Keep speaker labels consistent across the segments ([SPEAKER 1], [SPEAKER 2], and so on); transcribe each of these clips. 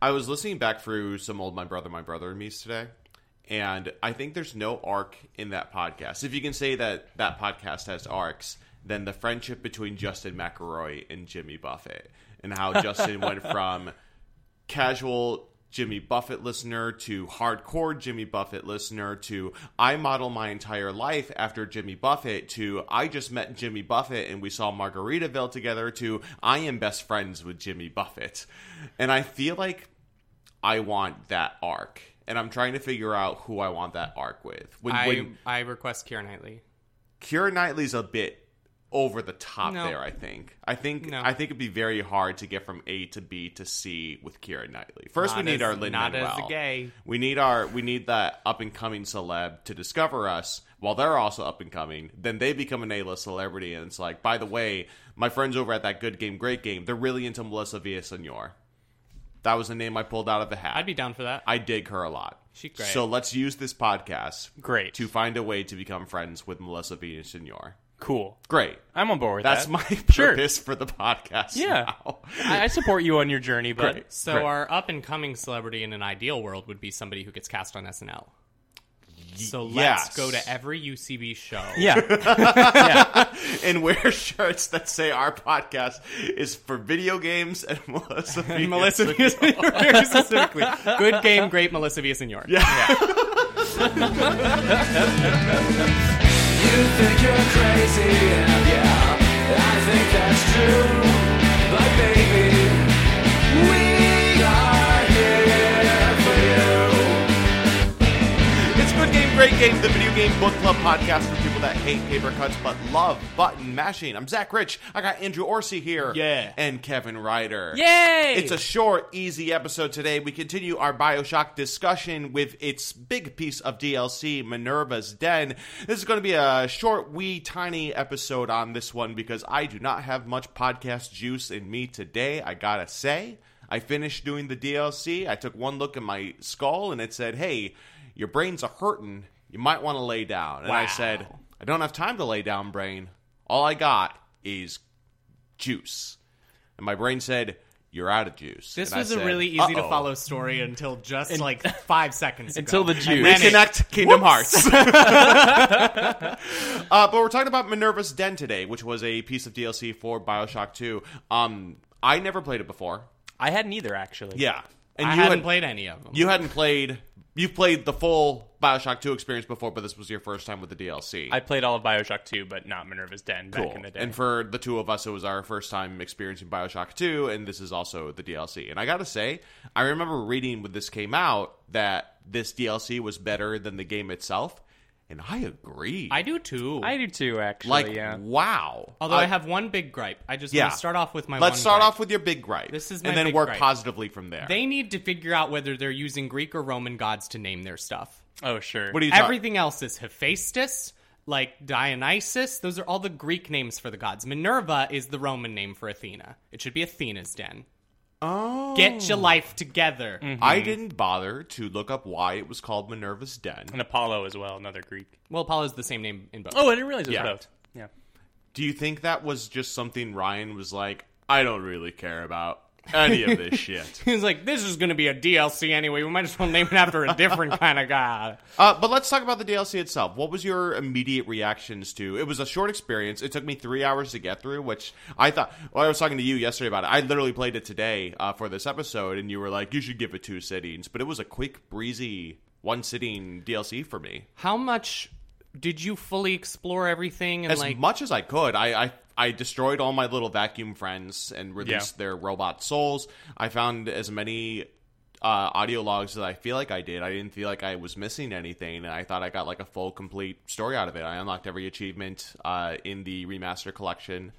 [SPEAKER 1] I was listening back through some old My Brother, My Brother and Me's today, and I think there's no arc in that podcast. If you can say that that podcast has arcs, then the friendship between Justin McElroy and Jimmy Buffett, and how Justin went from casual Jimmy Buffett listener to hardcore Jimmy Buffett listener to I model my entire life after Jimmy Buffett to I just met Jimmy Buffett and we saw Margaritaville together to I am best friends with Jimmy Buffett. And I feel like I want that arc. And I'm trying to figure out who I want that arc with. When,
[SPEAKER 2] I
[SPEAKER 1] when
[SPEAKER 2] I request Keira Knightley.
[SPEAKER 1] Keira Knightley's a bit over the top
[SPEAKER 2] No.
[SPEAKER 1] there, I think. I think
[SPEAKER 2] No.
[SPEAKER 1] I think it'd be very hard to get from A to B to C with Keira Knightley. First
[SPEAKER 2] Not
[SPEAKER 1] we need
[SPEAKER 2] as-
[SPEAKER 1] our Lin
[SPEAKER 2] not
[SPEAKER 1] Manuel.
[SPEAKER 2] as a gay.
[SPEAKER 1] We need our we need that up and coming celeb to discover us while they're also up and coming. Then they become an A list celebrity and it's like, by the way, my friends over at that good game, great game, they're really into Melissa Villaseñor. That was the name I pulled out of the hat.
[SPEAKER 2] I'd be down for that.
[SPEAKER 1] I dig her a lot.
[SPEAKER 2] She's great.
[SPEAKER 1] So let's use this podcast
[SPEAKER 3] Great.
[SPEAKER 1] to find a way to become friends with Melissa Villaseñor.
[SPEAKER 3] Cool.
[SPEAKER 1] Great.
[SPEAKER 3] I'm on board with
[SPEAKER 1] That's
[SPEAKER 3] that.
[SPEAKER 1] my
[SPEAKER 3] Sure.
[SPEAKER 1] purpose for the podcast.
[SPEAKER 3] Yeah.
[SPEAKER 1] now.
[SPEAKER 3] I, I support you on your journey, but
[SPEAKER 1] Great.
[SPEAKER 2] so
[SPEAKER 1] Right.
[SPEAKER 2] our up and coming celebrity in an ideal world would be somebody who gets cast on SNL. So
[SPEAKER 1] yes.
[SPEAKER 2] let's go to every UCB show.
[SPEAKER 3] yeah,
[SPEAKER 1] and wear shirts that say our podcast is for video games and Melissa.
[SPEAKER 2] And Melissa Villaseñor very specifically. Good game, great Melissa Villaseñor. Yeah.
[SPEAKER 4] You think you're crazy, and yeah, I think that's true. But baby, we are here for you.
[SPEAKER 1] It's Good Game, Great Game, the video game book club podcast for people that hate paper cuts but love button mashing. I'm Zach Rich. I got Andrew Orsi here.
[SPEAKER 2] Yeah.
[SPEAKER 1] And Kevin Ryder.
[SPEAKER 2] Yay!
[SPEAKER 1] It's a short, easy episode today. We continue our Bioshock discussion with its big piece of DLC, Minerva's Den. This is going to be a short, wee, tiny episode on this one because I do not have much podcast juice in me today, I gotta say. I finished doing the DLC. I took one look at my skull and it said, hey, your brains are hurting. You might want to lay down. And I
[SPEAKER 2] Wow.
[SPEAKER 1] said, I don't have time to lay down, brain. All I got is juice. And my brain said, You're out of juice.
[SPEAKER 2] This
[SPEAKER 1] And I
[SPEAKER 2] was
[SPEAKER 1] said,
[SPEAKER 2] a really easy to
[SPEAKER 1] "Uh-oh."
[SPEAKER 2] follow story until just like five seconds ago.
[SPEAKER 3] until the
[SPEAKER 2] And
[SPEAKER 3] Jews.
[SPEAKER 2] then it-
[SPEAKER 1] Reconnect Kingdom Hearts. uh, but we're talking about Minerva's Den today, which was a piece of DLC for Bioshock 2. Um, I never played it before.
[SPEAKER 3] I hadn't either actually.
[SPEAKER 1] Yeah. And
[SPEAKER 2] I hadn't played any of them.
[SPEAKER 1] You hadn't played. You've played the full Bioshock 2 experience before, but this was your first time with the DLC.
[SPEAKER 3] I played all of Bioshock 2, but not Minerva's Den
[SPEAKER 1] Cool.
[SPEAKER 3] back in the day.
[SPEAKER 1] And for the two of us, it was our first time experiencing Bioshock 2, and this is also the DLC. And I gotta say, I remember reading when this came out that this DLC was better than the game itself, and I agree.
[SPEAKER 2] I do too.
[SPEAKER 3] I do too, actually.
[SPEAKER 1] like,
[SPEAKER 3] yeah.
[SPEAKER 1] wow.
[SPEAKER 2] Although
[SPEAKER 1] Uh,
[SPEAKER 2] I have one big gripe. I just
[SPEAKER 1] yeah.
[SPEAKER 2] want to start off with my
[SPEAKER 1] Let's
[SPEAKER 2] one
[SPEAKER 1] start
[SPEAKER 2] gripe.
[SPEAKER 1] off with your big gripe.
[SPEAKER 2] This is my
[SPEAKER 1] and then
[SPEAKER 2] big
[SPEAKER 1] work
[SPEAKER 2] gripe.
[SPEAKER 1] positively from there.
[SPEAKER 2] They need to figure out whether they're using Greek or Roman gods to name their stuff.
[SPEAKER 3] Oh, sure.
[SPEAKER 1] what do you talk-
[SPEAKER 2] Everything else is Hephaestus, like Dionysus. Those are all the Greek names for the gods. Minerva is the Roman name for Athena. It should be Athena's den.
[SPEAKER 1] Oh, Mm-hmm.
[SPEAKER 2] Get your life together.
[SPEAKER 1] I didn't bother to look up why it was called Minerva's Den.
[SPEAKER 3] and Apollo as well, another Greek.
[SPEAKER 2] Well, Apollo's the same name in both.
[SPEAKER 3] Oh, I didn't realize it was
[SPEAKER 1] Yeah.
[SPEAKER 3] both. Yeah.
[SPEAKER 1] Do you think that was just something Ryan was like, I don't really care about any of this shit?
[SPEAKER 2] He's like, this is going to be a DLC anyway. We might as well name it after a different kind of god.
[SPEAKER 1] Uh, but let's talk about the DLC itself. What was your immediate reactions to? It was a short experience. It took me three hours to get through, which I thought. Well, I was talking to you yesterday about it. I literally played it today uh, for this episode, and you were like, "You should give it two sittings." But it was a quick, breezy, one sitting DLC for me.
[SPEAKER 2] How much did you fully explore everything? And
[SPEAKER 1] As
[SPEAKER 2] like,
[SPEAKER 1] much as I could, I, I I destroyed all my little vacuum friends and released their robot souls. I found as many uh, audio logs as I feel like I did. I didn't feel like I was missing anything, and I thought I got like a full, complete story out of it. I unlocked every achievement uh, in the remaster collection.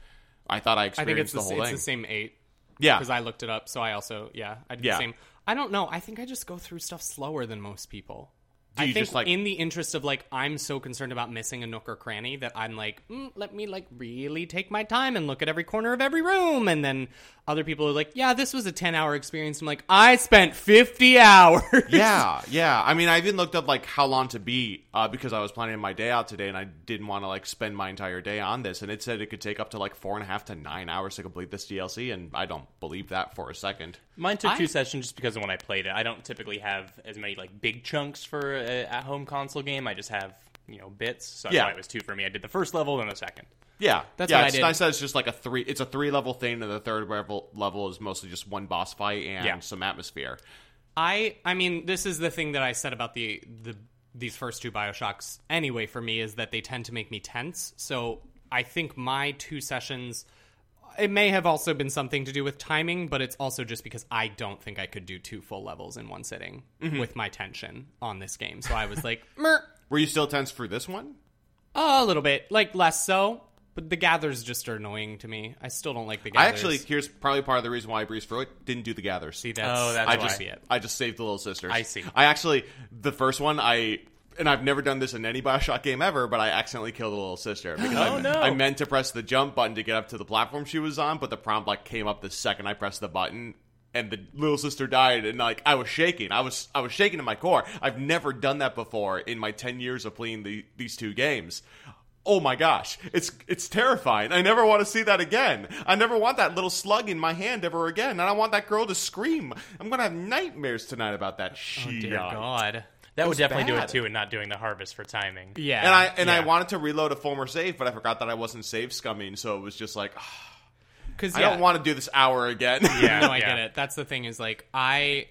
[SPEAKER 1] I thought I
[SPEAKER 2] I
[SPEAKER 1] experienced
[SPEAKER 2] think it's
[SPEAKER 1] the,
[SPEAKER 2] the,
[SPEAKER 1] whole
[SPEAKER 2] it's
[SPEAKER 1] thing.
[SPEAKER 2] the same eight.
[SPEAKER 1] yeah,
[SPEAKER 2] because I looked it up. So I also, yeah, I did
[SPEAKER 1] Yeah.
[SPEAKER 2] the same. I don't know. I think I just go through stuff slower than most people.
[SPEAKER 1] Do you
[SPEAKER 2] I think
[SPEAKER 1] just like
[SPEAKER 2] in the interest of like I'm so concerned about missing a nook or cranny that I'm like, mm, let me like really take my time and look at every corner of every room, and then other people are like, yeah, this was a ten hour experience. I'm like, I spent fifty hours.
[SPEAKER 1] Yeah, yeah. I mean, I even looked up like how long to be uh, because I was planning my day out today, and I didn't want to like spend my entire day on this. And it said it could take up to like four and a half to nine hours to complete this DLC, and I don't believe that for a second.
[SPEAKER 3] Mine took
[SPEAKER 2] I-
[SPEAKER 3] two sessions just because of when I played it. I don't typically have as many like big chunks for a at-home console game. I just have you know bits. So that's
[SPEAKER 1] Yeah.
[SPEAKER 3] why it was two for me. I did the first level, then the second.
[SPEAKER 1] Yeah,
[SPEAKER 2] That's
[SPEAKER 1] yeah.
[SPEAKER 2] what I
[SPEAKER 1] it's
[SPEAKER 2] did.
[SPEAKER 1] nice that it's just like a three. It's a three level thing, and the third level level is mostly just one boss fight and
[SPEAKER 3] Yeah.
[SPEAKER 1] some atmosphere.
[SPEAKER 2] I I mean, this is the thing that I said about the the these first two Bioshocks anyway for me is that they tend to make me tense. So I think my two sessions it may have also been something to do with timing, but it's also just because I don't think I could do two full levels in one sitting with my tension on this game. So I was like, mer
[SPEAKER 1] Were you still tense for this one?
[SPEAKER 2] a little bit, like less so. But the gathers just are annoying to me. I still don't like the
[SPEAKER 1] I
[SPEAKER 2] gathers.
[SPEAKER 1] actually here's probably part of the reason why I breezed through it. Didn't do the gather.
[SPEAKER 2] see that's,
[SPEAKER 3] Oh, that's
[SPEAKER 1] I
[SPEAKER 3] why.
[SPEAKER 1] just
[SPEAKER 2] see it.
[SPEAKER 1] I just saved the little sisters.
[SPEAKER 3] I see.
[SPEAKER 1] I actually the first one I and I've never done this in any Bioshock game ever, but I accidentally killed the little sister because
[SPEAKER 3] Oh,
[SPEAKER 1] I,
[SPEAKER 3] no.
[SPEAKER 1] I meant to press the jump button to get up to the platform she was on, but the prompt like came up the second I pressed the button. And the little sister died, and like I was shaking, I was I was shaking in my core. I've never done that before in my ten years of playing the, these two games. Oh my gosh, it's it's terrifying. I never want to see that again. I never want that little slug in my hand ever again. And I want that girl to scream. I'm gonna have nightmares tonight about
[SPEAKER 3] Oh,
[SPEAKER 1] that shit.
[SPEAKER 2] Dear God.
[SPEAKER 3] That
[SPEAKER 1] was
[SPEAKER 3] would definitely
[SPEAKER 1] bad.
[SPEAKER 3] do it too, and not doing the harvest for timing.
[SPEAKER 2] Yeah.
[SPEAKER 1] And I and I
[SPEAKER 3] Yeah.
[SPEAKER 1] wanted to reload a former save, but I forgot that I wasn't save scumming, so it was just like "Ah,
[SPEAKER 2] because
[SPEAKER 1] I don't want to do this hour again.
[SPEAKER 3] Yeah,
[SPEAKER 2] no, I
[SPEAKER 3] yeah.
[SPEAKER 2] get it. That's the thing is like I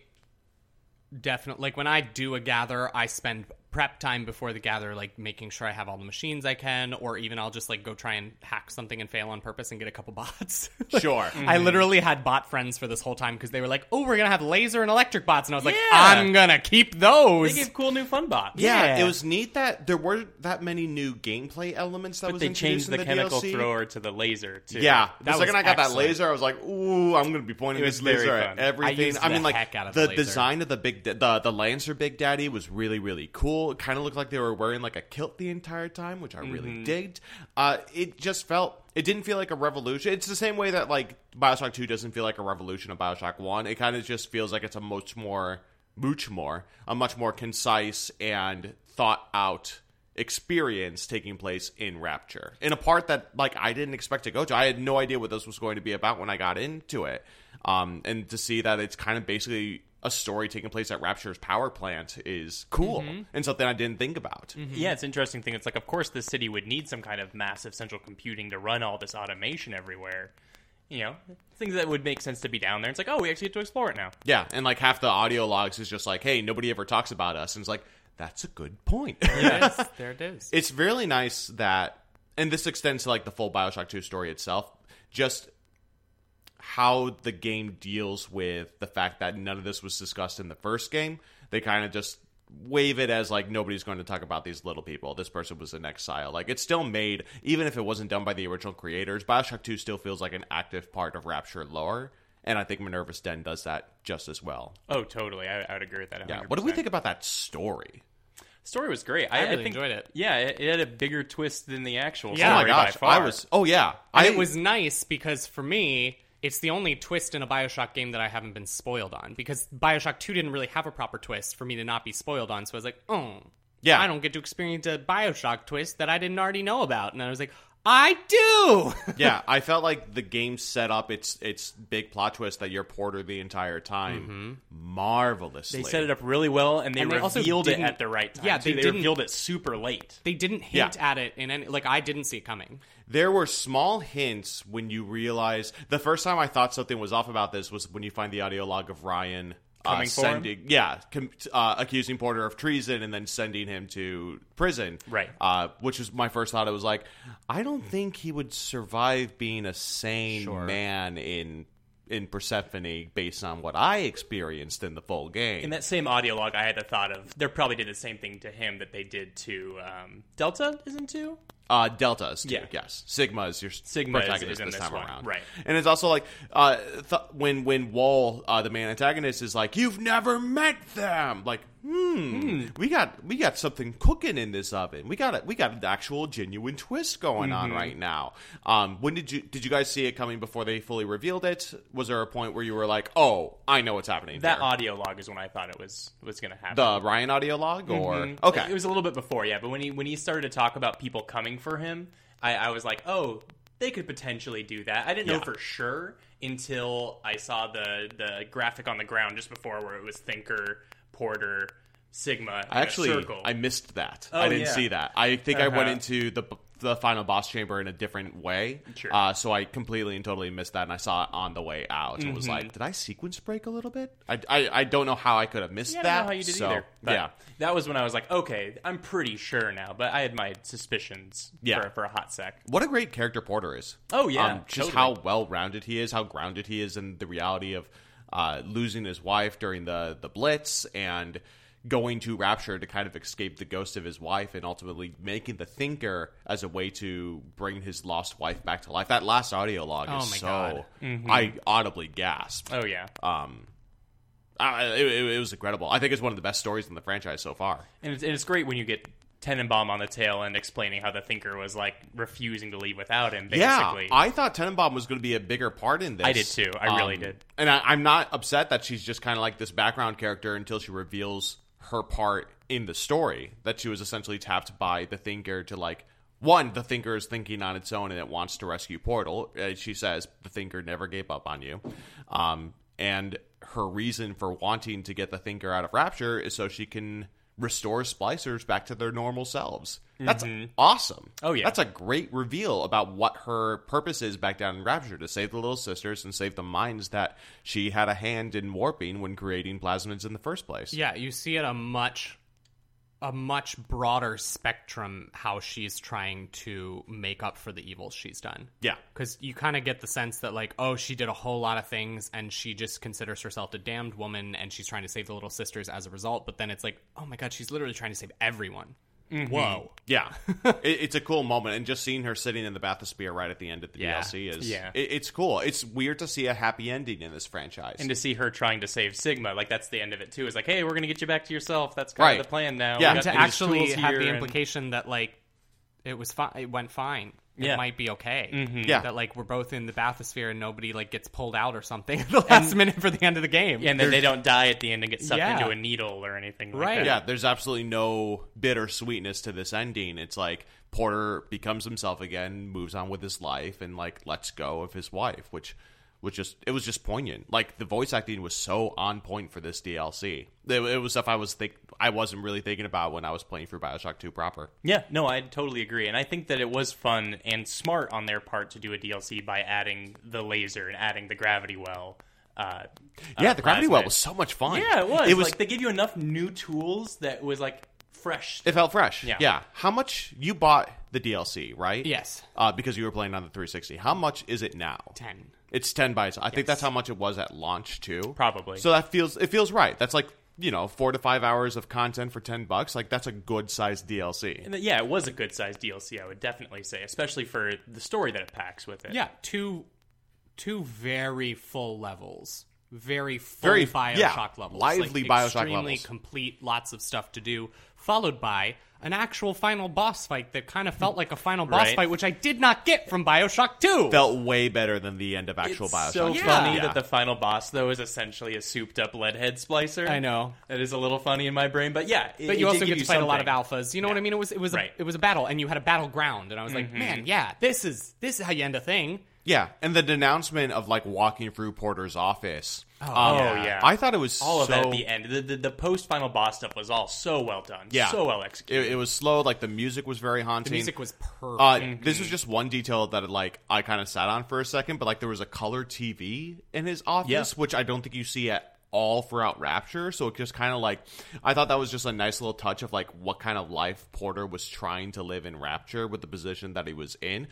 [SPEAKER 2] definitely like when I do a gather, I spend prep time before the gather, like making sure I have all the machines I can, or even I'll just like go try and hack something and fail on purpose and get a couple bots. Like,
[SPEAKER 1] Sure.
[SPEAKER 2] I literally had bot friends for this whole time because they were like, "Oh, we're gonna have laser and electric bots," and I was like,
[SPEAKER 3] Yeah.
[SPEAKER 2] "I'm gonna keep those."
[SPEAKER 3] They gave cool new fun bots.
[SPEAKER 1] Yeah, it was neat that there weren't that many new gameplay elements that
[SPEAKER 3] But
[SPEAKER 1] was
[SPEAKER 3] they
[SPEAKER 1] introduced
[SPEAKER 3] changed the,
[SPEAKER 1] in
[SPEAKER 3] chemical
[SPEAKER 1] DLC.
[SPEAKER 3] thrower to the laser too.
[SPEAKER 1] Yeah, the
[SPEAKER 2] That was
[SPEAKER 1] second I got that
[SPEAKER 2] excellent.
[SPEAKER 1] laser, I was like, "Ooh, I'm going to be pointing
[SPEAKER 3] It
[SPEAKER 1] this
[SPEAKER 3] was very
[SPEAKER 1] laser at
[SPEAKER 3] fun.
[SPEAKER 1] everything."
[SPEAKER 2] I used the
[SPEAKER 1] mean, like
[SPEAKER 2] heck out of
[SPEAKER 1] the,
[SPEAKER 2] the laser.
[SPEAKER 1] design of the big da- the the Lancer Big Daddy was really really cool. It kind of looked like they were wearing like a kilt the entire time, which I
[SPEAKER 2] Mm-hmm.
[SPEAKER 1] really digged. Uh, it just felt it didn't feel like a revolution. It's the same way that like Bioshock Two doesn't feel like a revolution of Bioshock One. It kind of just feels like it's a much more much more a much more concise and thought out experience taking place in Rapture in a part that like I didn't expect to go to. I had no idea what this was going to be about when I got into it, um, and to see that it's kind of basically a story taking place at Rapture's power plant is cool and something I didn't think about.
[SPEAKER 3] Yeah, it's an interesting thing. It's like, of course, the city would need some kind of massive central computing to run all this automation everywhere. You know, things that would make sense to be down there. It's like, oh, we actually get to explore it now.
[SPEAKER 1] Yeah, and like half the audio logs is just like, hey, nobody ever talks about us, and it's like that's a good point.
[SPEAKER 2] There it is. There it is.
[SPEAKER 1] it's really nice that and this extends to like the full bioshock 2 story itself just how the game deals with the fact that none of this was discussed in the first game they kind of just wave it as like nobody's going to talk about these little people this person was an exile like it's still made even if it wasn't done by the original creators bioshock 2 still feels like an active part of rapture lore and i think minerva's den does that just as well
[SPEAKER 3] Oh, totally. I, I would agree with that. 100%.
[SPEAKER 1] yeah what do we think about that story
[SPEAKER 3] Story was great. I,
[SPEAKER 2] really
[SPEAKER 3] think-
[SPEAKER 2] enjoyed it.
[SPEAKER 3] Yeah, it, it had a bigger twist than the actual.
[SPEAKER 2] Yeah.
[SPEAKER 1] oh my
[SPEAKER 3] story
[SPEAKER 1] gosh
[SPEAKER 3] by
[SPEAKER 1] i
[SPEAKER 3] far.
[SPEAKER 1] was oh yeah i
[SPEAKER 2] And it was nice because for me, it's the only twist in a Bioshock game that I haven't been spoiled on because Bioshock 2 didn't really have a proper twist for me to not be spoiled on. So I was like, oh,
[SPEAKER 1] Yeah.
[SPEAKER 2] I don't get to experience a Bioshock twist that I didn't already know about. And I was like, I do.
[SPEAKER 1] yeah, I felt like the game set up its its big plot twist that you're Porter the entire time marvelously.
[SPEAKER 3] Mm-hmm. They set it up really well, and they
[SPEAKER 2] And they also
[SPEAKER 3] revealed it
[SPEAKER 2] didn't-
[SPEAKER 3] at the right time.
[SPEAKER 2] Yeah,
[SPEAKER 3] too.
[SPEAKER 2] they
[SPEAKER 3] they
[SPEAKER 2] didn't-
[SPEAKER 3] revealed it super late.
[SPEAKER 2] they didn't hint at it in any, like, I didn't see it coming.
[SPEAKER 1] There were small hints when you realize the first time I thought something was off about this was when you find the audio log of Ryan uh,
[SPEAKER 3] Coming for him?
[SPEAKER 1] sending, yeah, com- uh, accusing Porter of treason and then sending him to prison,
[SPEAKER 3] Right.
[SPEAKER 1] Uh, which was my first thought. It was like, I don't think he would survive being a sane man in in Persephone based on what I experienced in the full game.
[SPEAKER 3] In that same audio log, I had the thought of they probably did the same thing to him that they did to um, Delta, isn't too?
[SPEAKER 1] Uh, Delta is two,
[SPEAKER 3] Yeah.
[SPEAKER 1] yes. Sigma is your
[SPEAKER 3] Sigma is-
[SPEAKER 1] protagonist
[SPEAKER 3] is in
[SPEAKER 1] this,
[SPEAKER 3] this
[SPEAKER 1] time
[SPEAKER 3] one,
[SPEAKER 1] around,
[SPEAKER 3] right.
[SPEAKER 1] And it's also like uh, th- when when Wall, uh, the main antagonist, is like, "You've never met them." Like
[SPEAKER 3] Hmm.
[SPEAKER 1] we got we got something cooking in this oven. We got a, we got an actual genuine twist going on
[SPEAKER 3] Mm-hmm.
[SPEAKER 1] right now. Um, when did you did you guys see it coming before they fully revealed it? Was there a point where you were like, "Oh, I know what's happening"?
[SPEAKER 3] That
[SPEAKER 1] there?
[SPEAKER 3] audio log is when I thought it was was going to happen.
[SPEAKER 1] the Ryan audio log, or
[SPEAKER 3] Mhm.
[SPEAKER 1] okay,
[SPEAKER 3] It was a little bit before, yeah. But when he when he started to talk about people coming for him, I, I was like, oh, they could potentially do that. I didn't know
[SPEAKER 1] Yeah.
[SPEAKER 3] for sure until I saw the the graphic on the ground just before where it was Thinker, Porter, Sigma,
[SPEAKER 1] I actually
[SPEAKER 3] a circle. Oh,
[SPEAKER 1] I missed that. I didn't
[SPEAKER 3] yeah.
[SPEAKER 1] see that. I think I went
[SPEAKER 3] Uh-huh.
[SPEAKER 1] into the the final boss chamber in a different way.
[SPEAKER 3] Sure.
[SPEAKER 1] Uh, so I completely and totally missed that, and I saw it on the way out. It
[SPEAKER 3] Mm-hmm.
[SPEAKER 1] was like, did I sequence break a little bit? I, I, I don't know how I could have missed
[SPEAKER 3] yeah, I
[SPEAKER 1] that.
[SPEAKER 3] don't know how you did
[SPEAKER 1] so,
[SPEAKER 3] either. But
[SPEAKER 1] yeah,
[SPEAKER 3] that was when I was like, okay, I'm pretty sure now. But I had my suspicions
[SPEAKER 1] Yeah.
[SPEAKER 3] for, for a hot sec.
[SPEAKER 1] what a great character Porter is. Um,
[SPEAKER 3] Oh, yeah,
[SPEAKER 1] just
[SPEAKER 3] totally.
[SPEAKER 1] how well rounded he is, how grounded he is in the reality of uh, losing his wife during the the Blitz and going to Rapture to kind of escape the ghost of his wife and ultimately making the Thinker as a way to bring his lost wife back to life. That last audio log
[SPEAKER 2] Oh,
[SPEAKER 1] is
[SPEAKER 2] my
[SPEAKER 1] so
[SPEAKER 2] God.
[SPEAKER 1] I audibly gasped.
[SPEAKER 3] Oh yeah,
[SPEAKER 1] Uh, it, it- it was incredible. I think it's one of the best stories in the franchise so far.
[SPEAKER 3] And it's, and it's great when you get Tenenbaum on the tail end explaining how the Thinker was like refusing to leave without him. Basically,
[SPEAKER 1] Yeah, I thought Tenenbaum was going to be a bigger part in this. Um,
[SPEAKER 3] I did too. I really did.
[SPEAKER 1] And I, I'm not upset that she's just kind of like this background character until she reveals her part in the story. That she was essentially tapped by the Thinker to like one, the Thinker is thinking on its own and it wants to rescue Portal. Uh, she says the Thinker never gave up on you. Um, and her reason for wanting to get the Thinker out of Rapture is so she can restore splicers back to their normal selves. That's awesome.
[SPEAKER 3] Oh, yeah.
[SPEAKER 1] That's a great reveal about what her purpose is back down in Rapture to save the little sisters and save the minds that she had a hand in warping when creating plasmids in the first place.
[SPEAKER 2] Yeah, you see it a much a much broader spectrum how she's trying to make up for the evils she's done.
[SPEAKER 1] Yeah.
[SPEAKER 2] Cuz you kind of get the sense that like oh she did a whole lot of things and she just considers herself a damned woman and she's trying to save the little sisters as a result, but then it's like oh my god, she's literally trying to save everyone. Whoa.
[SPEAKER 1] Yeah. it, it's a cool moment. And just seeing her sitting in the bathysphere right at the end of the
[SPEAKER 2] Yeah.
[SPEAKER 1] DLC is
[SPEAKER 3] Yeah.
[SPEAKER 1] it- it's cool. It's weird to see a happy ending in this franchise.
[SPEAKER 3] and to see her trying to save Sigma, like that's the end of it too. Is like, hey, we're gonna get you back to yourself. That's kind
[SPEAKER 1] Right.
[SPEAKER 3] of the plan now.
[SPEAKER 1] Yeah.
[SPEAKER 3] We
[SPEAKER 1] And
[SPEAKER 2] To
[SPEAKER 3] got these
[SPEAKER 2] actually
[SPEAKER 3] tools
[SPEAKER 2] have
[SPEAKER 3] here
[SPEAKER 2] the
[SPEAKER 3] and-
[SPEAKER 2] implication that like it was fine it went fine. It
[SPEAKER 3] Yeah.
[SPEAKER 2] might be okay.
[SPEAKER 1] Yeah.
[SPEAKER 2] That like we're both in the bathysphere and nobody like gets pulled out or something at the last minute for the end of the game.
[SPEAKER 3] and then they don't die at the end and get sucked
[SPEAKER 2] Yeah.
[SPEAKER 3] into a needle or anything. Like
[SPEAKER 2] Right.
[SPEAKER 3] That.
[SPEAKER 1] yeah, there's absolutely no bittersweetness to this ending. It's like Porter becomes himself again, moves on with his life, and like lets go of his wife, which was just it was just poignant. Like the voice acting was so on point for this DLC. It, it was stuff I was think I wasn't really thinking about when I was playing through Bioshock Two proper.
[SPEAKER 3] Yeah, no, I totally agree. And I think that it was fun and smart on their part to do a DLC by adding the laser and adding the gravity well. Uh,
[SPEAKER 1] yeah,
[SPEAKER 3] uh,
[SPEAKER 1] the gravity well
[SPEAKER 3] plasmid.
[SPEAKER 1] was so much fun.
[SPEAKER 3] Yeah, it was.
[SPEAKER 1] It was.
[SPEAKER 3] like they give you enough new tools that was like fresh.
[SPEAKER 1] it felt fresh.
[SPEAKER 3] Yeah.
[SPEAKER 1] yeah. How much you bought the DLC, right?
[SPEAKER 2] Yes.
[SPEAKER 1] Uh, because you were playing on the 360. How much is it now?
[SPEAKER 2] 10.
[SPEAKER 1] It's ten by itself. I think that's how much it was at launch too.
[SPEAKER 3] Probably.
[SPEAKER 1] So that feels it feels right. That's like you know four to five hours of content for ten bucks. Like that's a good sized DLC.
[SPEAKER 3] And that- yeah, it was a good sized DLC. I would definitely say, especially for the story that it packs with it.
[SPEAKER 2] Yeah, two two very full levels. Very full
[SPEAKER 1] Very-
[SPEAKER 2] Bioshock
[SPEAKER 1] yeah,
[SPEAKER 2] levels.
[SPEAKER 1] lively
[SPEAKER 2] like
[SPEAKER 1] Bioshock
[SPEAKER 2] extremely
[SPEAKER 1] levels.
[SPEAKER 2] complete, lots of stuff to do, followed by an actual final boss fight that kind of felt like a final boss
[SPEAKER 3] Right.
[SPEAKER 2] fight, which I did not get from Bioshock 2.
[SPEAKER 1] Felt way better than the end of actual
[SPEAKER 3] It's
[SPEAKER 1] Bioshock.
[SPEAKER 3] so
[SPEAKER 2] Yeah.
[SPEAKER 3] funny
[SPEAKER 1] Yeah.
[SPEAKER 3] that the final boss though is essentially a souped up leadhead splicer.
[SPEAKER 2] I know.
[SPEAKER 3] that is a little funny in my brain, but yeah, it-
[SPEAKER 2] but
[SPEAKER 3] it
[SPEAKER 2] you
[SPEAKER 3] did
[SPEAKER 2] also
[SPEAKER 3] give
[SPEAKER 2] get to fight a lot of
[SPEAKER 3] something.
[SPEAKER 2] alphas. You know what I mean? It was it was
[SPEAKER 3] Right.
[SPEAKER 2] a, it was a battle, and you had a battleground, and I was like, man, yeah, this is this is how you end a thing.
[SPEAKER 1] yeah, and the denouncement of like walking through Porter's office. Oh,
[SPEAKER 3] yeah. yeah.
[SPEAKER 1] I thought it was
[SPEAKER 3] All of
[SPEAKER 1] so,
[SPEAKER 3] that at the end. The, the, the post final boss stuff was all so well done.
[SPEAKER 1] Yeah,
[SPEAKER 3] so well executed.
[SPEAKER 1] It, it was slow. Like the music was very haunting.
[SPEAKER 2] The music was perfect.
[SPEAKER 1] Uh, This was just one detail that like I kind of sat on for a second, but like there was a color TV in his office,
[SPEAKER 3] Yeah.
[SPEAKER 1] which I don't think you see at all throughout Rapture. So it just kind of like I thought that was just a nice little touch of like what kind of life Porter was trying to live in Rapture with the position that he was in.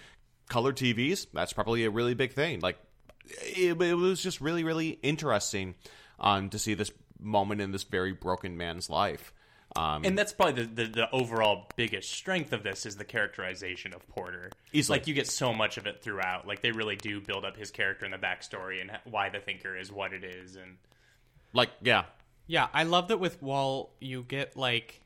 [SPEAKER 1] Color TVs, that's probably a really big thing. Like it, it was just really really interesting um, to see this moment in this very broken man's life. Um,
[SPEAKER 3] and that's probably the, the, the overall biggest strength of this is the characterization of Porter.
[SPEAKER 1] Easily.
[SPEAKER 3] like you get so much of it throughout. Like they really do build up his character and the backstory and h- why the Thinker is what it is. And
[SPEAKER 1] like yeah
[SPEAKER 2] Yeah, I love that with Wall you get like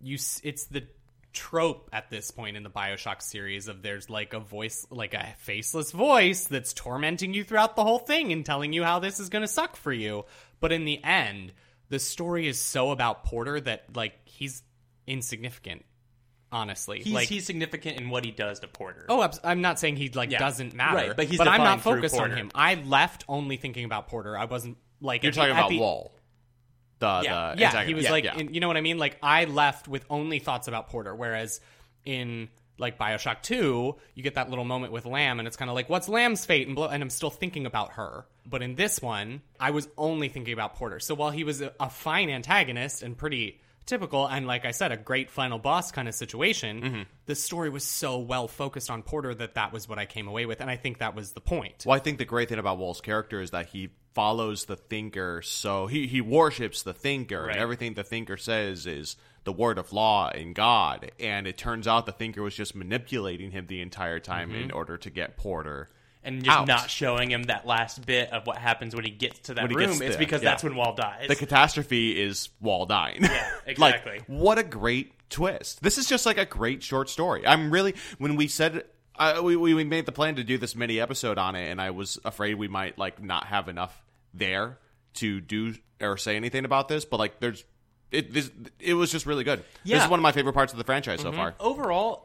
[SPEAKER 2] you s- it's the trope at this point in the BioShock series of there's like a voice like a faceless voice that's tormenting you throughout the whole thing and telling you how this is going to suck for you. But in the end, the story is so about Porter that like he's insignificant honestly.
[SPEAKER 3] He's,
[SPEAKER 2] like
[SPEAKER 3] he's significant in what he does to Porter.
[SPEAKER 2] Oh, abs- I'm not saying he like
[SPEAKER 3] Yeah.
[SPEAKER 2] doesn't matter,
[SPEAKER 3] Right,
[SPEAKER 2] but,
[SPEAKER 3] but he's
[SPEAKER 2] I'm not
[SPEAKER 3] defined through
[SPEAKER 2] focused on
[SPEAKER 3] Porter.
[SPEAKER 2] him. I left only thinking about Porter. I wasn't like
[SPEAKER 1] You're
[SPEAKER 2] at the-
[SPEAKER 1] talking
[SPEAKER 2] at
[SPEAKER 1] about
[SPEAKER 2] the-
[SPEAKER 1] Wall. The,
[SPEAKER 3] Yeah,
[SPEAKER 1] the
[SPEAKER 2] yeah, he
[SPEAKER 1] antagonist.
[SPEAKER 2] was like,
[SPEAKER 1] yeah.
[SPEAKER 2] in- you know what I mean? Like, I left with only thoughts about Porter, whereas in like Bioshock Two, you get that little moment with Lamb, and it's kind of like, what's Lamb's fate? And, blo- and I'm still thinking about her. But in this one, I was only thinking about Porter. So while he was a, a fine antagonist and pretty typical, and like I said, a great final boss kind of situation,
[SPEAKER 1] Mm-hmm.
[SPEAKER 2] the story was so well focused on Porter that that was what I came away with, and I think that was the point.
[SPEAKER 1] Well, I think the great thing about Wall's character is that he follows the thinker, so he, he worships the thinker,
[SPEAKER 3] Right.
[SPEAKER 1] and everything the thinker says is the word of law and God. And it turns out the thinker was just manipulating him the entire time in order to get Porter.
[SPEAKER 3] and just
[SPEAKER 1] Out.
[SPEAKER 3] not showing him that last bit of what happens when he gets to that
[SPEAKER 1] When he
[SPEAKER 3] room.
[SPEAKER 1] gets
[SPEAKER 3] It's
[SPEAKER 1] there,
[SPEAKER 3] because
[SPEAKER 1] yeah.
[SPEAKER 3] that's when Wall dies.
[SPEAKER 1] The catastrophe is Wall dying. Yeah,
[SPEAKER 3] exactly.
[SPEAKER 1] like, what a great twist. This is just like a great short story. I'm really when we said I, we we we made the plan to do this mini episode on it, and I was afraid we might like not have enough there to do or say anything about this, but like there's. It this, it was just really good. This
[SPEAKER 3] Yeah.
[SPEAKER 1] is one of my favorite parts of the franchise
[SPEAKER 2] Mm-hmm.
[SPEAKER 1] so far.
[SPEAKER 3] overall,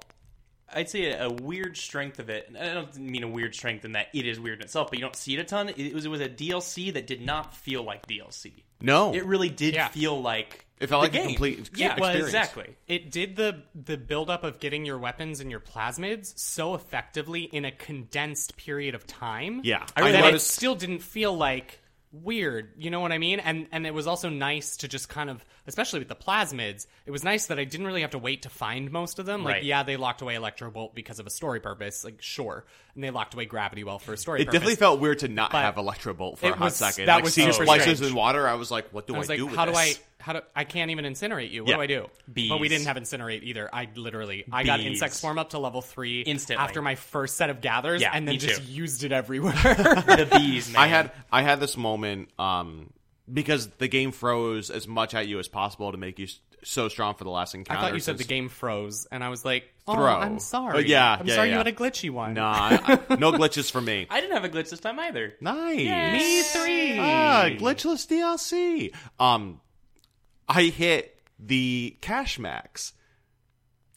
[SPEAKER 3] I'd say a, a weird strength of it. and I don't mean a weird strength in that it is weird in itself, but you don't see it a ton. It was it was a DLC that did not feel like DLC.
[SPEAKER 1] No,
[SPEAKER 3] It really did
[SPEAKER 2] Yeah.
[SPEAKER 3] feel like
[SPEAKER 1] It felt
[SPEAKER 3] the
[SPEAKER 1] like a
[SPEAKER 3] game.
[SPEAKER 1] complete
[SPEAKER 3] yeah, well,
[SPEAKER 1] experience.
[SPEAKER 3] exactly.
[SPEAKER 2] It did the the buildup of getting your weapons and your plasmids so effectively in a condensed period of time.
[SPEAKER 1] Yeah.
[SPEAKER 2] I
[SPEAKER 1] I
[SPEAKER 2] that
[SPEAKER 1] noticed-
[SPEAKER 2] it still didn't feel like weird. You know what I mean? And and it was also nice to just kind of, especially with the plasmids, it was nice that I didn't really have to wait to find most of them. Like,
[SPEAKER 3] Right.
[SPEAKER 2] yeah, they locked away Electrobolt because of a story purpose. Like, sure, and they locked away Gravity Well for a story.
[SPEAKER 1] it
[SPEAKER 2] purpose.
[SPEAKER 1] definitely felt weird to not
[SPEAKER 2] but
[SPEAKER 1] have Electrobolt for a
[SPEAKER 2] it
[SPEAKER 1] hot
[SPEAKER 2] was-
[SPEAKER 1] second.
[SPEAKER 2] that
[SPEAKER 1] like,
[SPEAKER 2] was
[SPEAKER 1] seeing
[SPEAKER 2] so
[SPEAKER 1] splices
[SPEAKER 2] strange.
[SPEAKER 1] in water, I was like, "What do I,
[SPEAKER 2] I was like,
[SPEAKER 1] do with
[SPEAKER 2] how do I?
[SPEAKER 1] this?"
[SPEAKER 2] How do I can't even incinerate you? What
[SPEAKER 1] Yeah.
[SPEAKER 2] do I do?
[SPEAKER 3] Bees.
[SPEAKER 2] But we didn't have incinerate either. I literally, I got
[SPEAKER 3] Bees.
[SPEAKER 2] insect swarm up to level three
[SPEAKER 3] Instantly.
[SPEAKER 2] after my first set of gathers,
[SPEAKER 3] Yeah,
[SPEAKER 2] and then
[SPEAKER 3] me
[SPEAKER 2] just
[SPEAKER 3] too.
[SPEAKER 2] used it everywhere.
[SPEAKER 3] The bees. Man.
[SPEAKER 1] I had I had this moment um, because the game froze as much at you as possible to make you s- so strong for the last encounter.
[SPEAKER 2] I thought you said the
[SPEAKER 1] since-
[SPEAKER 2] game froze, and I was like, oh,
[SPEAKER 1] Throw.
[SPEAKER 2] I'm sorry.
[SPEAKER 1] Oh, yeah,
[SPEAKER 2] I'm
[SPEAKER 1] yeah,
[SPEAKER 2] sorry you
[SPEAKER 1] yeah.
[SPEAKER 2] had a glitchy one.
[SPEAKER 1] Nah, I- I- no glitches for me.
[SPEAKER 3] I didn't have a glitch this time either.
[SPEAKER 1] Nice.
[SPEAKER 2] Me E three.
[SPEAKER 1] Ah, glitchless DLC. Um, I hit the cash max,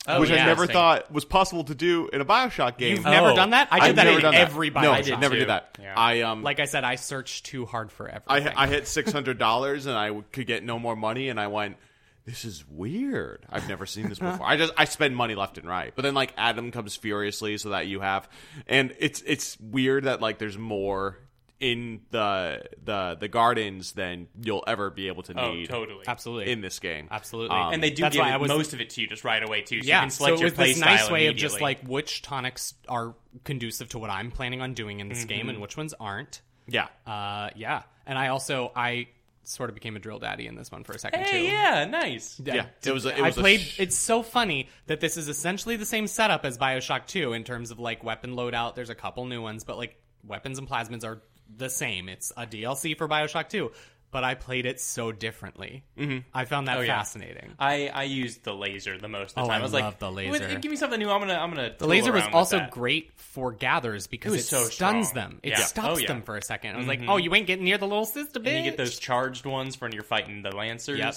[SPEAKER 3] Oh,
[SPEAKER 1] which I
[SPEAKER 2] yeah.
[SPEAKER 1] never
[SPEAKER 3] interesting.
[SPEAKER 1] thought was possible to do in a Bioshock game.
[SPEAKER 2] You've never
[SPEAKER 3] Oh,
[SPEAKER 2] done that? I did
[SPEAKER 1] I've
[SPEAKER 2] that
[SPEAKER 1] never
[SPEAKER 2] in
[SPEAKER 1] done that.
[SPEAKER 2] every
[SPEAKER 1] No,
[SPEAKER 2] Bioshock.
[SPEAKER 1] I never
[SPEAKER 3] too.
[SPEAKER 1] did that.
[SPEAKER 3] Yeah.
[SPEAKER 1] I um,
[SPEAKER 2] Like I said, I searched too hard for
[SPEAKER 1] I,
[SPEAKER 2] everything.
[SPEAKER 1] hit- I hit six hundred dollars and I w- could get no more money, and I went. This is weird. I've never seen this before. I just I spend money left and right, but then like Adam comes furiously so that you have, and it's it's weird that like there's more in the the the gardens than you'll ever be able to
[SPEAKER 3] Oh,
[SPEAKER 1] need.
[SPEAKER 3] totally.
[SPEAKER 2] Absolutely.
[SPEAKER 1] In this game, Um,
[SPEAKER 2] Absolutely.
[SPEAKER 3] And they do
[SPEAKER 2] That's
[SPEAKER 3] give
[SPEAKER 2] why I
[SPEAKER 3] it-
[SPEAKER 2] was-
[SPEAKER 3] most of it to you just right away too. So
[SPEAKER 2] yeah,
[SPEAKER 3] you can select
[SPEAKER 2] so it
[SPEAKER 3] your
[SPEAKER 2] was
[SPEAKER 3] play
[SPEAKER 2] this nice
[SPEAKER 3] style
[SPEAKER 2] way of just
[SPEAKER 3] immediately.
[SPEAKER 2] like which tonics are conducive to what I'm planning on doing in this
[SPEAKER 1] Mm-hmm.
[SPEAKER 2] game and which ones aren't.
[SPEAKER 1] yeah.
[SPEAKER 2] Uh, yeah, and I also I sort of became a drill daddy in this one for a second too.
[SPEAKER 3] Hey, yeah, nice.
[SPEAKER 2] I
[SPEAKER 1] Yeah, it was a- it
[SPEAKER 2] I
[SPEAKER 1] was a
[SPEAKER 2] played.
[SPEAKER 1] sh-
[SPEAKER 2] it's so funny that this is essentially the same setup as Bioshock Two in terms of like weapon loadout. There's a couple new ones, but like weapons and plasmids are the same. It's a DLC for Bioshock Two, but I played it so differently. Mm-hmm. I found that
[SPEAKER 3] Oh, yeah.
[SPEAKER 2] fascinating.
[SPEAKER 3] I, I used the laser the most of the
[SPEAKER 2] Oh,
[SPEAKER 3] time.
[SPEAKER 2] I
[SPEAKER 3] I was
[SPEAKER 2] love
[SPEAKER 3] like,
[SPEAKER 2] the
[SPEAKER 3] "Well,
[SPEAKER 2] laser."
[SPEAKER 3] Give me something new. I'm gonna I'm gonna.
[SPEAKER 2] The laser was also great for gathers because it,
[SPEAKER 3] was so
[SPEAKER 2] stuns
[SPEAKER 3] strong.
[SPEAKER 2] them. It
[SPEAKER 3] Yeah.
[SPEAKER 2] stops
[SPEAKER 3] Oh, yeah. Mm-hmm.
[SPEAKER 2] them for a second. I was like, oh, you ain't getting near the little sister, bitch.
[SPEAKER 3] And you get those charged ones for when you're fighting the lancers.
[SPEAKER 2] Yep.